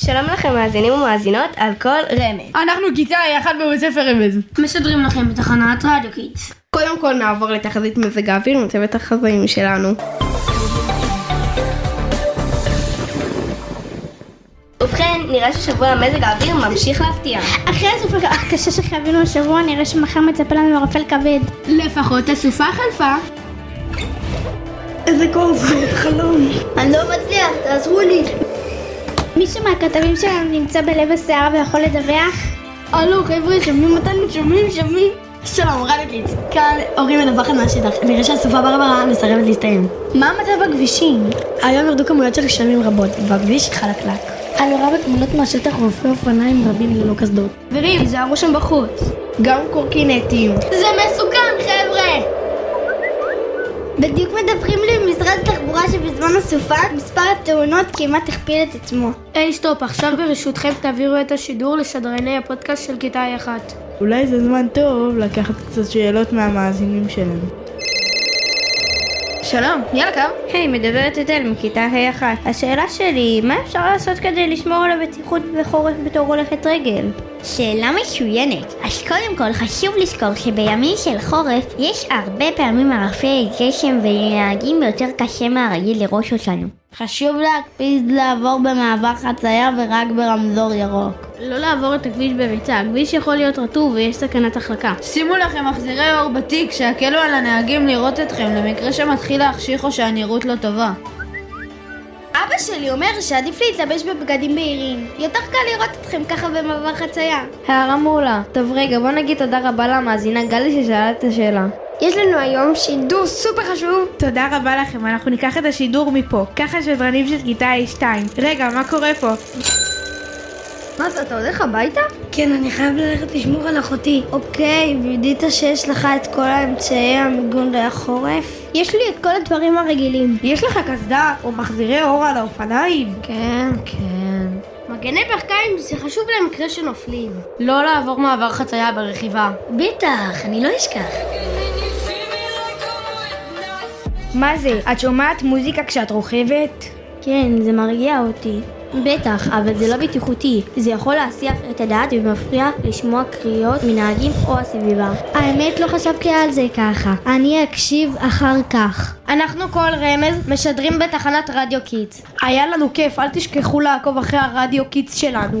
שלום לכם מאזינים ומאזינות על כל רמז. אנחנו כיתה אחת בבית ספר רמז. משדרים לכם בתחנת רדיו קיטס. קודם כל נעבור לתחזית מזג האוויר עם צוות החזאים שלנו. ובכן, נראה ששבוע מזג האוויר ממשיך להפתיע. אחרי הסופה הקשה שחווינו השבוע, נראה שמחר מצפה לנו ערפל כבד. לפחות הסופה חלפה. איזה קורס, חלום. אני לא מצליח, תעזרו לי. מישהו מהכתבים שלנו נמצא בלב הסערה ויכול לדווח? הלו חבר'ה, שומעים אותנו? שומעים? שומעים? שלום, רדיו קיטס. כאן אורי מדווחת מהשטח. נראה שהסופה ברברה מסרבת להסתיים. מה המצב בכבישים? היום ירדו כמויות של גשמים רבות, והכביש חלקלק. אני רואה בתמונות מהשטח רופאי אופניים רבים ללא קסדות. חברים, היזהרו שם בחוץ. גם קורקינטים. זה מסוכן, חבר'ה! בדיוק מדווחים לי ממשרד התחבורה שבזמן הסופה מספר התאונות כמעט הכפיל את עצמו. היי סטופ, עכשיו ברשותכם תעבירו את השידור לשדרני הפודקאסט של כיתה 1. אולי זה זמן טוב לקחת קצת שאלות מהמאזינים שלנו. שלום, יקב. היי, מדברת את אל מכיתה ה' אחת. השאלה שלי היא, מה אפשר לעשות כדי לשמור על הבטיחות בחורף בתור הולכת רגל? שאלה מצוינת. אז קודם כל חשוב לזכור שבימים של חורף יש הרבה פעמים ערפי גשם ולנהגים יותר קשה מהרגיל לראש אותנו. חשוב להקפיד לעבור במעבר חצייה ורק ברמזור ירוק. לא לעבור את הכביש בריצה, הכביש יכול להיות רטוב ויש סכנת החלקה. שימו לכם מחזירי אור בתיק שיקלו על הנהגים לראות אתכם למקרה שמתחיל להחשיך או שהנראות לא טובה. אבא שלי אומר שעדיף להתלבש בבגדים בהירים. יותר קל לראות אתכם ככה במעבר חצייה. הערה מעולה. טוב רגע, בוא נגיד תודה רבה למאזינה גלי ששאלה את השאלה. יש לנו היום שידור סופר חשוב. תודה רבה לכם, אנחנו ניקח את השידור מפה. ככה שדרנים של כיתה A2. רגע, מה קורה פה? מה אתה, אתה הולך הביתה? כן, אני חייב ללכת לשמור על אחותי. אוקיי, וידית שיש לך את כל האמצעי המיגון לחורף? יש לי את כל הדברים הרגילים. יש לך קסדה או מחזירי אור על האופניים? כן, כן. מגני ברכיים זה חשוב למקרה שנופלים. לא לעבור מעבר חצייה ברכיבה. בטח, אני לא אשכח. מה זה? את שומעת מוזיקה כשאת רוכבת? כן, זה מרגיע אותי. בטח, אבל זה לא בטיחותי. זה יכול להסיח את הדעת ומפריע לשמוע קריאות מנהגים או הסביבה. האמת, לא חשבתי על זה ככה. אני אקשיב אחר כך. אנחנו כל רמז משדרים בתחנת רדיו קיטס. היה לנו כיף, אל תשכחו לעקוב אחרי הרדיו קיטס שלנו.